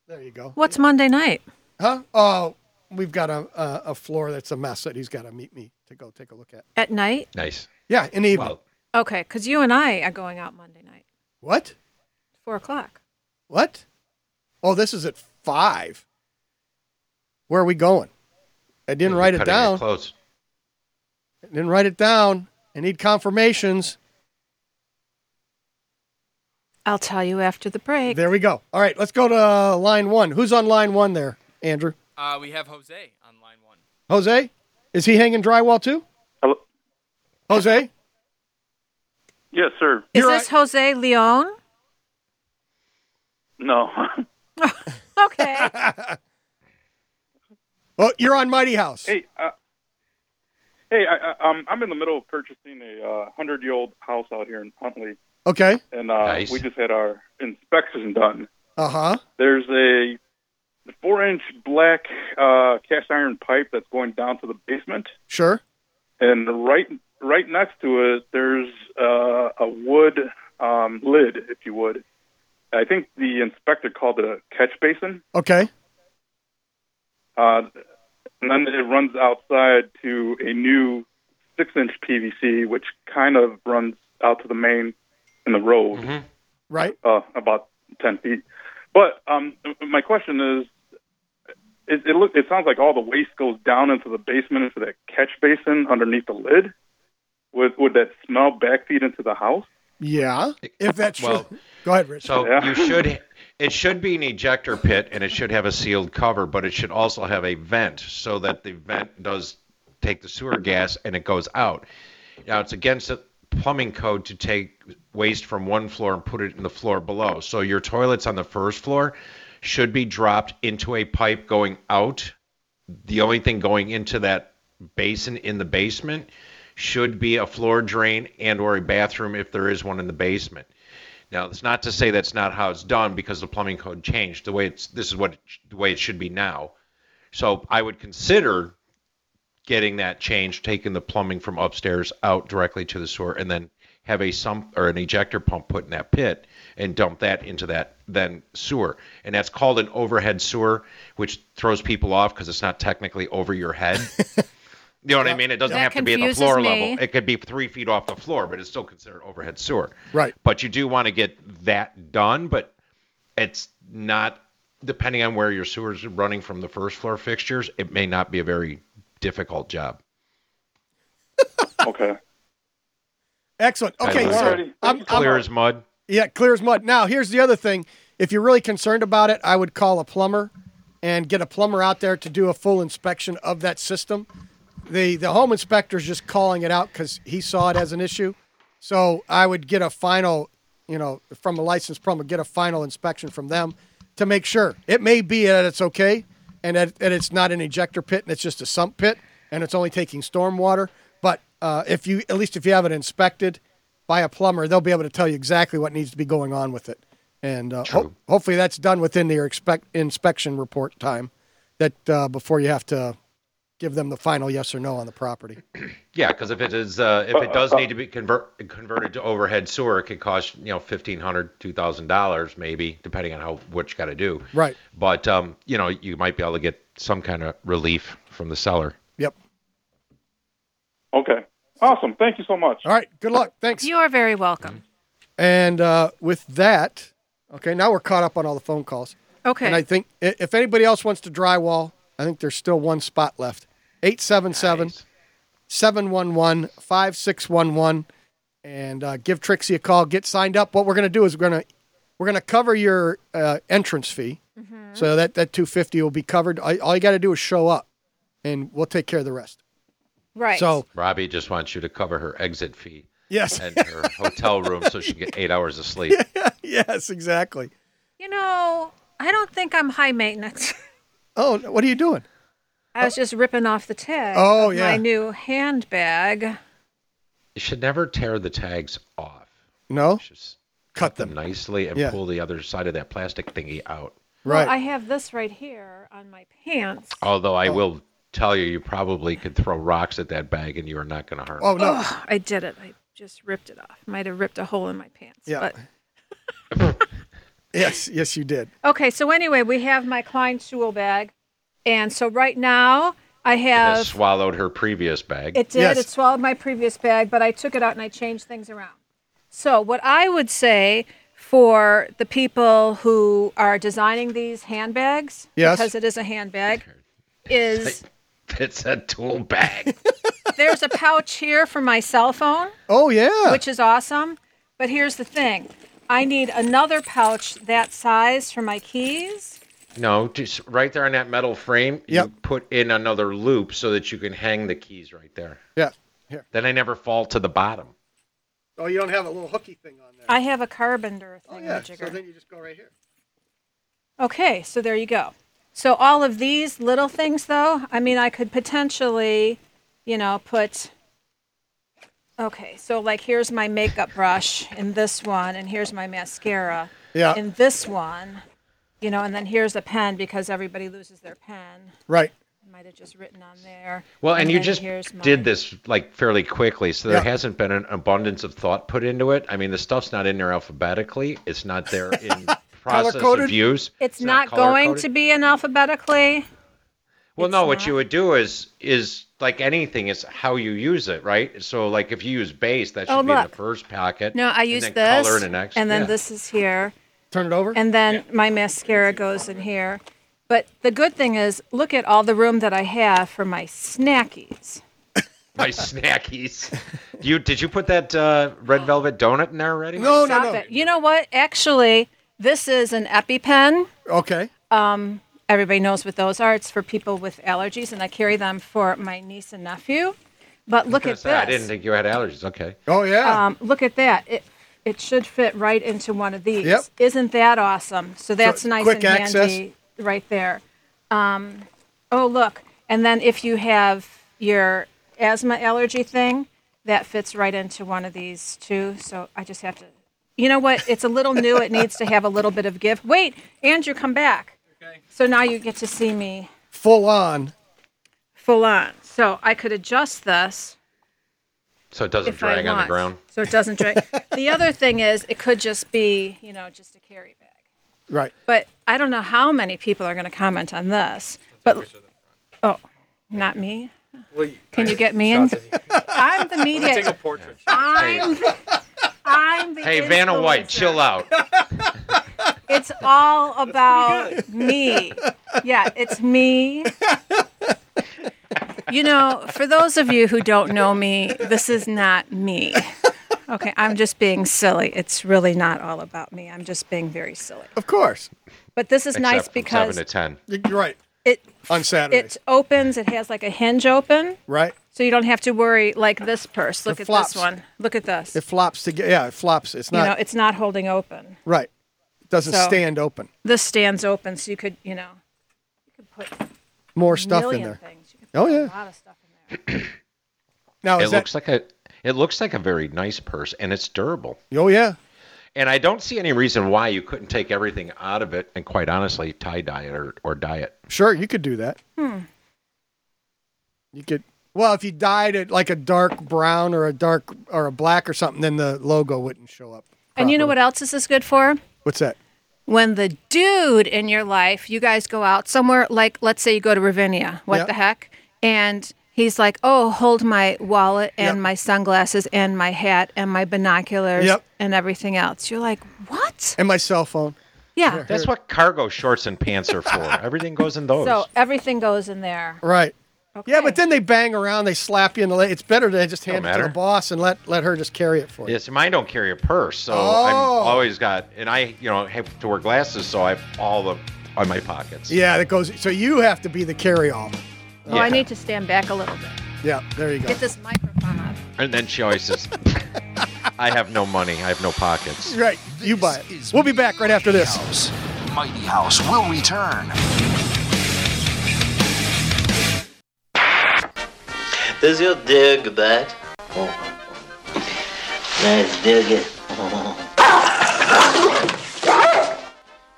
S2: There you go.
S4: What's Monday night?
S2: Huh? Oh, we've got a a, a floor that's a mess that he's got to meet me to go take a look at.
S4: At night?
S5: Nice.
S2: Yeah, in the evening.
S4: Okay, because you and I are going out Monday night,
S2: what?
S4: four o'clock.
S2: What? Oh, this is at five. Where are we going? I didn't write it
S5: Cutting your
S2: down.
S5: clothes.
S2: I didn't write it down. I need confirmations.
S4: I'll tell you after the break.
S2: There we go. All right, let's go to line one. Who's on line one there, Andrew?
S3: Uh, we have Jose on line one.
S2: Jose? Is he hanging drywall too?
S8: Hello.
S2: Jose?
S8: Yes, sir.
S4: Is this Jose Leon?
S8: No.
S4: Okay.
S2: Well, Oh, you're on Mighty House.
S8: hey, uh, hey, I, I, um, I'm in the middle of purchasing a uh, hundred-year-old house out here in Huntley,
S2: Okay.
S8: and uh,
S2: Nice.
S8: we just had our inspection done.
S2: Uh huh.
S8: There's a four-inch black uh, cast iron pipe that's going down to the basement,
S2: Sure.
S8: and right, right next to it, there's uh, a wood um, lid, if you would. I think the inspector called it a catch basin.
S2: Okay.
S8: Uh, and then it runs outside to a new six inch PVC, which kind of runs out to the main in the road,
S2: right?
S8: Uh, about 10 feet. But um, my question is it, it, look, it sounds like all the waste goes down into the basement, into that catch basin underneath the lid. Would, would that smell backfeed into the house?
S2: Yeah. If that's
S5: Well,
S2: true. Go ahead, Rich.
S5: So you should. It should be an ejector pit, and it should have a sealed cover, but it should also have a vent so that the vent does take the sewer gas and it goes out. Now it's against the plumbing code to take waste from one floor and put it in the floor below. So your toilets on the first floor should be dropped into a pipe going out. The only thing going into that basin in the basement should be a floor drain and or a bathroom if there is one in the basement. Now, it's not to say that's not how it's done because the plumbing code changed. The way it's this is what it, sh- the way it should be now. So I would consider getting that change, taking the plumbing from upstairs out directly to the sewer, and then have a sump or an ejector pump put in that pit and dump that into that then sewer. And that's called an overhead sewer, which throws people off because it's not technically over your head. you know what I mean? It doesn't
S13: That
S5: have to be at the
S13: confuses
S5: floor
S13: me.
S5: level. It could be three feet off the floor, but it's still considered overhead sewer.
S2: Right.
S5: But you do want to get that done, but it's not depending on where your sewers are running from the first floor fixtures, it may not be a very difficult job.
S8: okay.
S2: Excellent. Okay.
S5: Alrighty.
S2: So
S5: Thank
S2: I'm, I'm-
S5: Clear as mud.
S2: Yeah, clear as mud. Now, here's the other thing. If you're really concerned about it, I would call a plumber and get a plumber out there to do a full inspection of that system. The the home inspector's just calling it out cuz he saw it as an issue. So, I would get a final, you know, from a licensed plumber, get a final inspection from them to make sure. It may be that it's okay and that, that it's not an ejector pit and it's just a sump pit and it's only taking storm water, but uh, if you at least if you have it inspected, by a plumber, they'll be able to tell you exactly what needs to be going on with it. And uh, ho- hopefully that's done within their expect- inspection report time. that uh, before you have to give them the final yes or no on the property.
S5: Yeah, because if it is, uh, if it does need to be convert, converted to overhead sewer, it could cost you know fifteen hundred, two thousand dollars maybe, depending on how what you got to do.
S2: Right.
S5: But um, you know, you might be able to get some kind of relief from the seller.
S14: Okay. Awesome. Thank you so much.
S2: All right. Good luck. Thanks.
S4: You are very welcome.
S2: And uh, with that, okay, now we're caught up on all the phone calls.
S4: Okay.
S2: And I think i- if anybody else wants to drywall, I think there's still one spot left. 877 711 5611. And uh, give Trixie a call. Get signed up. What we're going to do is we're going to we're going to cover your uh, entrance fee. So that, that 250 will be covered. All, all you got to do is show up and we'll take care of the rest.
S4: Right.
S2: So-
S5: Robbie just wants you to cover her exit fee.
S2: Yes.
S5: And her hotel room, so she can get eight hours of sleep.
S2: yes, exactly.
S4: You know, I don't think I'm high maintenance.
S2: Oh, what are you doing?
S4: I was just ripping off the tag.
S2: Oh,
S4: of
S2: yeah.
S4: My new handbag.
S5: You should never tear the tags off.
S2: No?
S5: Cut them nicely and
S2: Yeah.
S5: pull the other side of that plastic thingy out.
S4: Well, I have this right here on my pants.
S5: Although I will tell you, you probably could throw rocks at that bag and you are not going to harm.
S2: Oh.
S5: it.
S4: Ugh, I did it. I just ripped it off. Might have ripped a hole in my pants.
S2: Yeah.
S4: But
S2: Yes, yes, you did.
S4: okay. So anyway, we have my Klein Schule bag, and so right now I
S5: It has
S4: have.
S5: swallowed her previous bag.
S4: It did. It swallowed my previous bag, but I took it out and I changed things around. So, what I would say for the people who are designing these handbags,
S5: Yes.
S4: because it is a handbag, is
S5: It's a tool bag.
S4: there's a pouch here for my cell phone.
S2: Oh, yeah.
S4: Which is awesome. But here's the thing I need another pouch that size for my keys.
S5: No, just right there on that metal frame, you put in another loop so that you can hang the keys right there.
S2: Yeah.
S5: Then they never fall to the bottom.
S2: Oh, you don't have a little hooky thing on there.
S4: I have a carpenter thing.
S2: Oh, yeah, so
S4: jigger.
S2: then you just go right here.
S4: Okay, so there you go. So all of these little things, though, I mean, I could potentially, you know, put. Okay, so like here's my makeup brush in this one, and here's my mascara
S2: Yeah.
S4: in this one, you know, and then here's a pen because everybody loses their pen.
S2: Right.
S4: I might have just written on there.
S5: Well, and, you
S4: then
S5: just
S4: here's my-
S5: did this like fairly quickly, so there
S4: Yeah.
S5: hasn't been an abundance of thought put into it. I mean, the stuff's not in there alphabetically; it's not there in process
S4: Color-coded?
S5: of use.
S4: It's, not,
S5: color-coded.
S4: going to be in alphabetically.
S5: Well, no, what you would do is is like anything is how you use it, right? So, like if you use base, that should
S4: Oh,
S5: be in
S4: look.
S5: the first packet.
S4: No, I
S5: and
S4: use
S5: then
S4: this,
S5: color in the next,
S4: and then
S5: yeah.
S4: this is here.
S2: Turn it over.
S4: And then my mascara goes in here. But the good thing is, look at all the room that I have for my snackies.
S5: my snackies. You did you put that uh, red velvet donut in there already?
S4: Stop It. You know what? Actually, this is an EpiPen.
S2: Okay.
S4: Um, everybody knows what those are. It's for people with allergies, and I carry them for my niece and nephew. But look at
S5: That's that. I
S4: this.
S5: didn't think you had allergies. Okay.
S2: Oh
S4: Um, look at that. It it should fit right into one of these.
S5: Yep.
S4: Isn't that awesome? So that's nice
S5: quick
S4: and
S5: access.
S4: handy right there. Um, oh look, and then if you have your asthma allergy thing, that fits right into one of these too. So I just have to. You know what? It's a little new. It needs to have a little bit of give. Wait, Andrew, come back. Okay. So now you get to see me
S2: Full on.
S4: full on. So I could adjust this
S5: So it doesn't
S4: if I
S5: drag on the
S4: want.
S5: ground.
S4: So it doesn't drag. the other thing is, it could just be, you know, just a carry bag.
S2: Right.
S4: But I don't know how many people are going to comment on this. But oh, not me. Can you get me in? I'm the media.
S5: Take a
S3: portrait
S4: I'm, I'm the.
S5: Hey, Vanna White, chill out.
S4: influencer. It's all about me. Yeah, it's me. You know, for those of you who don't know me, this is not me. Okay, I'm just being silly. It's really not all about me. I'm just being very silly.
S2: Of course.
S4: But this is nice because
S5: seven to ten.
S2: You're right.
S4: It
S2: on Saturday.
S4: it opens. It has like a hinge open,
S2: right.
S4: so you don't have to worry. Like this purse. Look
S2: It
S4: at
S2: flops.
S4: this one. Look at this.
S2: It flops to get. Yeah, it flops. It's
S4: you
S2: not
S4: know, it's not holding open.
S2: right. It doesn't
S4: So-
S2: stand open.
S4: This stands open, so you could, you know,
S2: More stuff in
S4: million
S2: there.
S4: things. You could
S2: Oh
S4: put a
S2: yeah.
S4: lot of stuff.
S2: Now
S5: it
S2: is that?
S5: Oh, looks like a it looks like a very nice purse and it's durable.
S2: Oh yeah.
S5: And I don't see any reason why you couldn't take everything out of it and quite honestly tie dye it or, or dye it.
S2: Sure, you could do that.
S4: Hmm.
S2: You could. Well, if you dyed it like a dark brown or a dark or a black or something, then the logo wouldn't show up.
S4: And you know what else this is good for?
S2: What's that?
S4: When the dude in your life, you guys go out somewhere, like let's say you go to Ravinia, what
S2: Yep.
S4: the heck? And he's like, oh, hold my wallet and
S2: Yep.
S4: my sunglasses and my hat and my binoculars
S2: Yep.
S4: and everything else. You're like, what?
S2: And my cell phone.
S4: Yeah.
S5: That's what cargo shorts and pants are for. Everything goes in those.
S4: So everything goes in there.
S2: Right. Yeah, but then they bang around, they slap you in the leg. It's better to just hand
S5: Don't
S2: it to the
S5: matter.
S2: boss and let, let her just carry it for you.
S5: Yes, and mine don't carry a purse, so I've
S2: Oh.
S5: always got, and I, you know, have to wear glasses, so I have all the on my pockets.
S2: Yeah, that goes. So you have to be the carry all.
S4: Oh, I need to stand back a little bit.
S2: Yeah, there you go.
S4: Get this microphone up.
S5: And then she always says, "I have no money. I have no pockets."
S2: Right, you buy it. We'll be back right after this.
S7: Mighty House will return.
S15: Does your dog bite? Oh. Nice dog.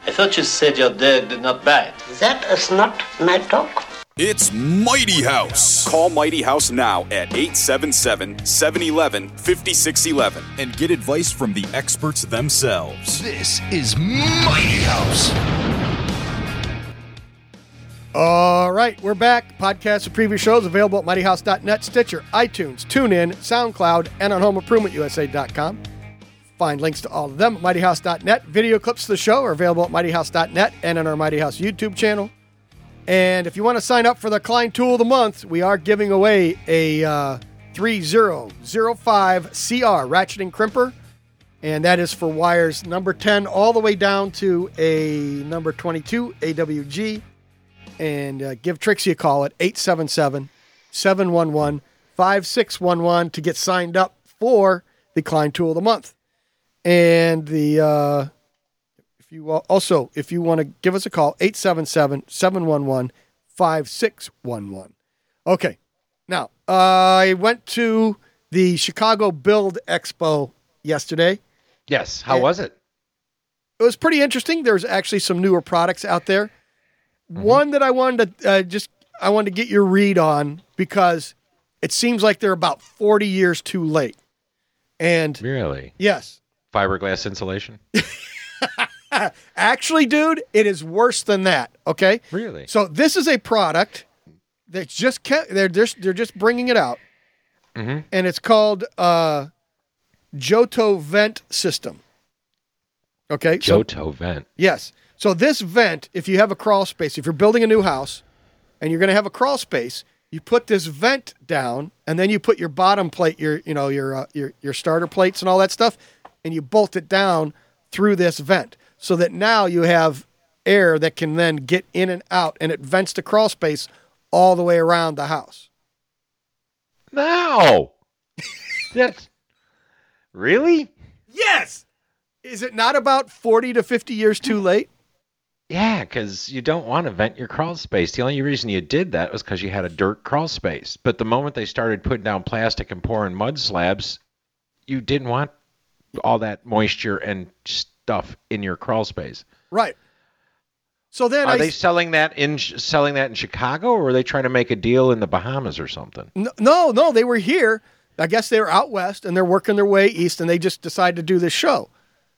S15: I thought you said your dog did not bite. That is not my dog.
S10: It's Mighty House. Call Mighty House now at 877 711 5611 and get advice from the experts themselves.
S7: This is Mighty House.
S2: All right, we're back. Podcasts of previous shows available at mightyhouse.net, Stitcher, iTunes, TuneIn, SoundCloud, and on homeimprovementusa.com. Find links to all of them at mightyhouse.net. Video clips of the show are available at mightyhouse.net and on our Mighty House YouTube channel. And if you want to sign up for the Klein Tool of the Month, we are giving away a uh, 3005 CR ratchet and crimper. And that is for wires number 10 all the way down to a number 22 AWG. And uh, give Trixie a call at 877 711 5611 to get signed up for the Klein Tool of the Month. And the. Uh, if you uh, also if you want to give us a call 877-711-5611 okay now uh, i went to the chicago build expo yesterday
S5: Yes. How was it?
S2: it was pretty interesting there's actually some newer products out there
S5: Mm-hmm.
S2: one that i wanted to uh, just i wanted to get your read on because it seems like they're about 40 years too late and
S5: really
S2: yes
S5: fiberglass insulation.
S2: Actually, dude, it is worse than that. Okay.
S5: Really?
S2: So this is a product that's just ca- they're just they're just bringing it out,
S5: Mhm.
S2: and it's called uh, Johto Vent System. Okay. so-
S5: Johto vent.
S2: Yes. So this vent, if you have a crawl space, if you're building a new house and you're going to have a crawl space, you put this vent down and then you put your bottom plate, your you know, your uh, your your starter plates and all that stuff and you bolt it down through this vent so that now you have air that can then get in and out and it vents the crawl space all the way around the house.
S5: No. That's really.
S2: Yes. Is it not about 40 to 50 years too late?
S5: Yeah, because you don't want to vent your crawl space. The only reason you did that was because you had a dirt crawl space. But the moment they started putting down plastic and pouring mud slabs, you didn't want all that moisture and stuff in your crawl space.
S2: Right. So then
S5: are
S2: I
S5: they selling that in selling that in Chicago, or are they trying to make a deal in the Bahamas or something?
S2: No, no, no, they were here. I guess they were out west and they're working their way east and they just decided to do this show.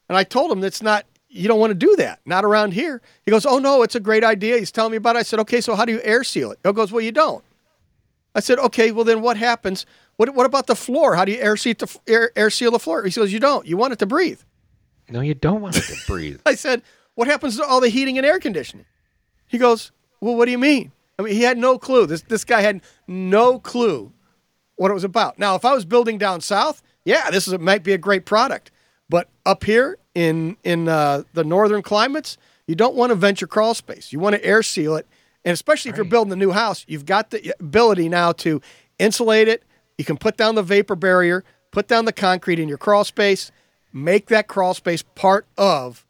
S2: And I told him that's not you don't want to do that. Not around here. He goes, "Oh no, it's a great idea." He's telling me about it. I said, "Okay, so how do you air seal it?" He goes, "Well, you don't." I said, "Okay, well then what happens? What what about the floor? How do you air seal the f- air, air seal the floor?" He goes, "You don't. You want it to breathe."
S5: No, you don't want it to breathe.
S2: I said, "What happens to all the heating and air conditioning?" He goes, "Well, what do you mean?" I mean, he had no clue. This this guy had no clue what it was about. Now, if I was building down south, yeah, this is it might be a great product. But up here in in uh, the northern climates, you don't want to venture crawl space. You want to air seal it, and especially if you're building a new house, you've got the ability now to insulate it. You can put down the vapor barrier, put down the concrete in your crawl space, make that crawl space part of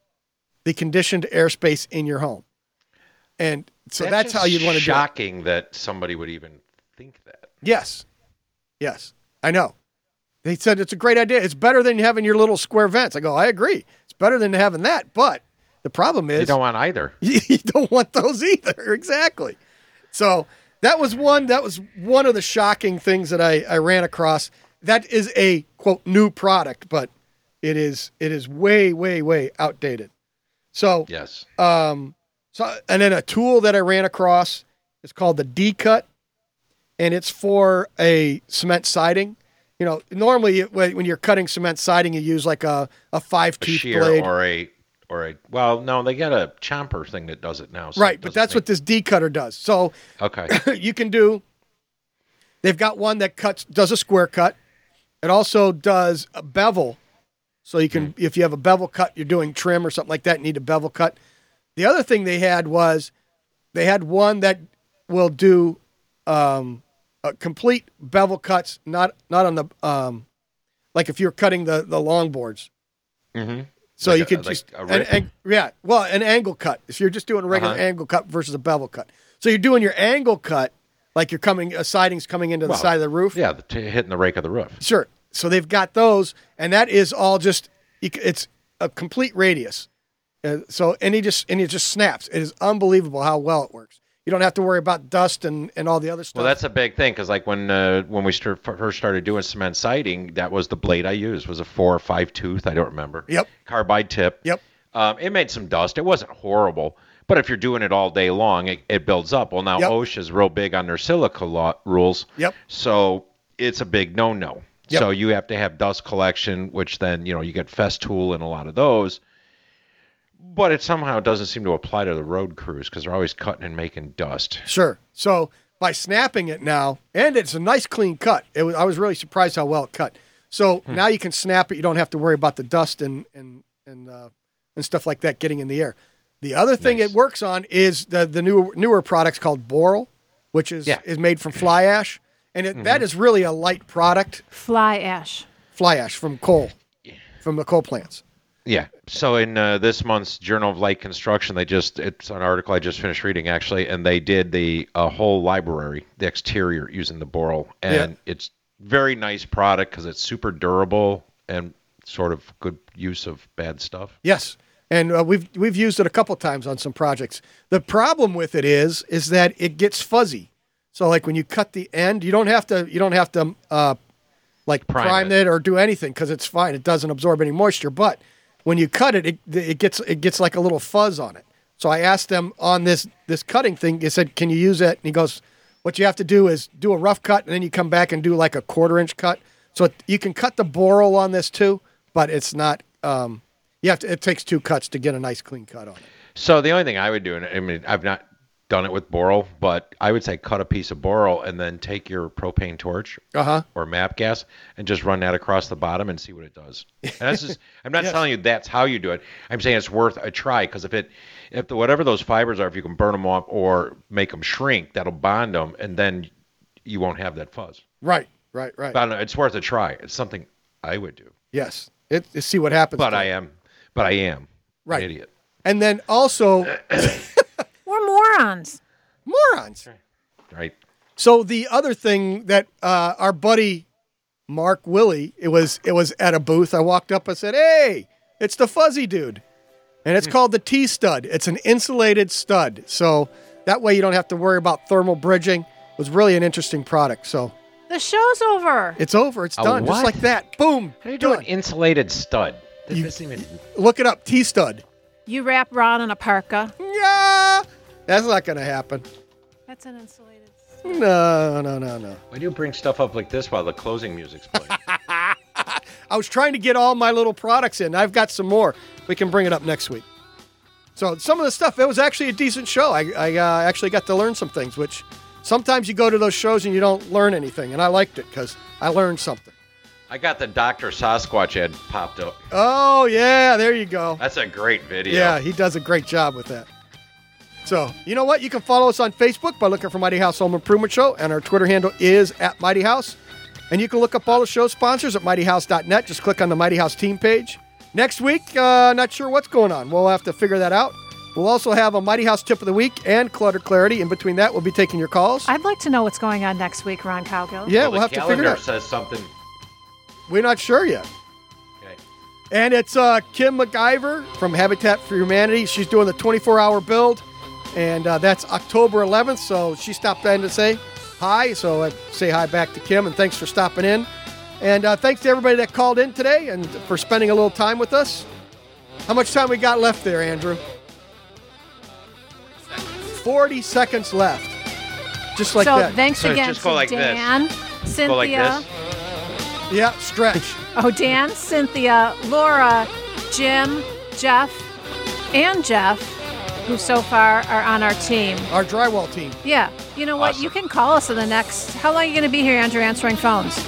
S2: the conditioned airspace in your home. And so that's, how
S5: just
S2: you'd want to do it.
S5: Shocking that somebody would even think that.
S2: Yes. Yes. I know. They said it's a great idea. It's better than having your little square vents. I go, I agree. better than having that. But the problem is
S5: you don't want either.
S2: you don't want those either. Exactly. So that was one. That was one of the shocking things that I, I ran across. That is a quote new product, but it is it is way way way outdated. So
S5: yes.
S2: Um. So and then a tool that I ran across is called the D cut, and it's for a cement siding. You know, normally it- when when you're cutting cement siding, you use like a a five tooth
S5: Shear
S2: blade.
S5: or a or a well, no, they got a chomper thing that does it now. so
S2: right,
S5: it
S2: but
S5: doesn't
S2: that's what this D cutter does. So
S5: make- okay.
S2: you can do. They've got one that cuts does a square cut. It also does a bevel, so you can if you have a bevel cut, you're doing trim or something like that. You need a bevel cut. The other thing they had was they had one that will do um, a complete bevel cuts, not not on the um, like if you're cutting the the long boards.
S5: Mm-hmm.
S2: So
S5: Like
S2: you
S5: a-
S2: could
S5: like
S2: just
S5: a
S2: an-
S5: rip?
S2: an- yeah, well, an angle cut. If you're just doing a regular
S5: Uh-huh.
S2: angle cut versus a bevel cut, so you're doing your angle cut like you're coming a siding's coming into the side of the roof.
S5: Yeah, the t- hitting the rake of the roof.
S2: Sure. So they've got those, and that is all just you c- it's a complete radius. Uh, so and he just and it just snaps. It is unbelievable how well it works. You don't have to worry about dust and and all the other stuff.
S5: Well, that's a big thing because, like, when uh, when we start, first started doing cement siding, that was the blade I used was a four or five tooth. I don't remember.
S2: Yep.
S5: Carbide tip.
S2: Yep.
S5: Um, it made some dust. It wasn't horrible, but if you're doing it all day long, it, it builds up. Well, now
S2: Yep.
S5: OSHA's real big on their silica law, rules.
S2: Yep.
S5: So it's a big no-no.
S2: Yep.
S5: So you have to have dust collection, which then you know you get Festool and a lot of those. But it somehow doesn't seem to apply to the road crews because they're always cutting and making dust.
S2: Sure. So by snapping it now, and it's a nice clean cut. It was, I was really surprised how well it cut. So now you can snap it. You don't have to worry about the dust and and and uh, and stuff like that getting in the air. The other thing it works on is the the newer newer products called Boral, which is is made from fly ash, and it, that is really a light product.
S4: Fly ash.
S2: Fly ash from coal, from the coal plants.
S5: Yeah. So in uh, this month's Journal of Light Construction, they just it's an article I just finished reading actually, and they did the a whole library, the exterior using the boral, and it's very nice product because it's super durable and sort of good use of bad stuff.
S2: Yes, and uh, we've we've used it a couple times on some projects. The problem with it is is that it gets fuzzy. So like when you cut the end, you don't have to you don't have to uh, like prime,
S5: Prime
S2: it. or do anything because it's fine. It doesn't absorb any moisture. But when you cut it, it it gets it gets like a little fuzz on it. So I asked them on this this cutting thing. They said, "Can you use that?" And he goes, "What you have to do is do a rough cut, and then you come back and do like a quarter inch cut. So it, you can cut the boral on this too, but it's not. Um, you have to. It takes two cuts to get a nice clean cut on it.
S5: So the only thing I would do, and I mean I've not done it with boral, but I would say cut a piece of boral and then take your propane torch
S2: Uh huh.
S5: or map gas and just run that across the bottom and see what it does. And that's just, I'm not telling you that's how you do it. I'm saying it's worth a try because if it, if the, whatever those fibers are, if you can burn them off or make them shrink, that'll bond them and then you won't have that fuzz.
S2: Right. Right. Right.
S5: But I don't know, it's worth a try. It's something I would do,
S2: yes. It, it- see what happens.
S5: but
S2: to
S5: I
S2: it.
S5: am, but I am
S2: Right.
S5: an idiot.
S2: And then also
S4: We're morons.
S2: morons.
S5: Right.
S2: So the other thing that uh, our buddy Mark Willie, it was it was at a booth. I walked up. I said, "Hey, it's the fuzzy dude," and
S5: Hmm.
S2: it's called the T stud. It's an insulated stud, so that way you don't have to worry about thermal bridging. It was really an interesting product. So
S4: The show's over.
S2: it's over. It's
S5: A
S2: done. Just
S5: what?
S2: like that. Boom.
S5: How do you do an insulated stud? That doesn't even.
S2: Look it up. T stud.
S4: You wrap Ron in a parka.
S2: Yeah. That's not gonna happen.
S4: That's an insulated.
S2: No, no, no, no.
S5: Why do you bring stuff up like this while the closing music's playing?
S2: I was trying to get all my little products in. I've got some more. We can bring it up next week. So some of the stuff. It was actually a decent show. I, I uh, actually got to learn some things, which sometimes you go to those shows and you don't learn anything. And I liked it because I learned something.
S5: I got the Doctor Sasquatch ad popped up.
S2: Oh yeah, there you go.
S5: That's a great video.
S2: Yeah, he does a great job with that. So, you know what? You can follow us on Facebook by looking for Mighty House Home Improvement Show, and our Twitter handle is at Mighty House. And you can look up all the show sponsors at mightyhouse.net. Just click on the Mighty House team page. Next week, uh, not sure what's going on. We'll have to figure that out. We'll also have a Mighty House tip of the week and clutter clarity. In between that, we'll be taking your calls.
S4: I'd like to know what's going on next week, Ron Cowgill.
S2: Yeah, we'll have to figure it out.
S5: says something.
S2: We're not sure yet.
S5: Okay.
S2: And it's uh, Kim McIver from Habitat for Humanity. She's doing the 24 hour build, and uh, that's October 11th. So she stopped in to say hi. So I say hi back to Kim, and thanks for stopping in. And uh, thanks to everybody that called in today and for spending a little time with us. How much time we got left there, Andrew? 40 seconds left. Just like
S4: so
S2: that.
S4: thanks again to Dan, Cynthia.
S2: Yeah, stretch.
S4: Oh, Dan, Cynthia, Laura, Jim, Jeff, and Jeff, who so far are on our team.
S2: Our drywall team.
S4: Yeah. You know what? You can call us in the next. How long are you going to be here, Andrew, answering phones?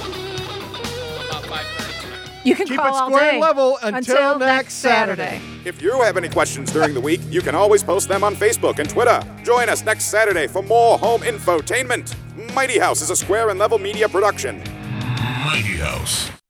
S4: You can
S2: Keep
S4: call
S2: it
S4: all
S2: square
S4: day.
S2: and level until next
S10: If you have any questions during the week, you can always post them on Facebook and Twitter. Join us next Saturday for more home infotainment. Mighty House is a square and level media production.
S7: Mighty House.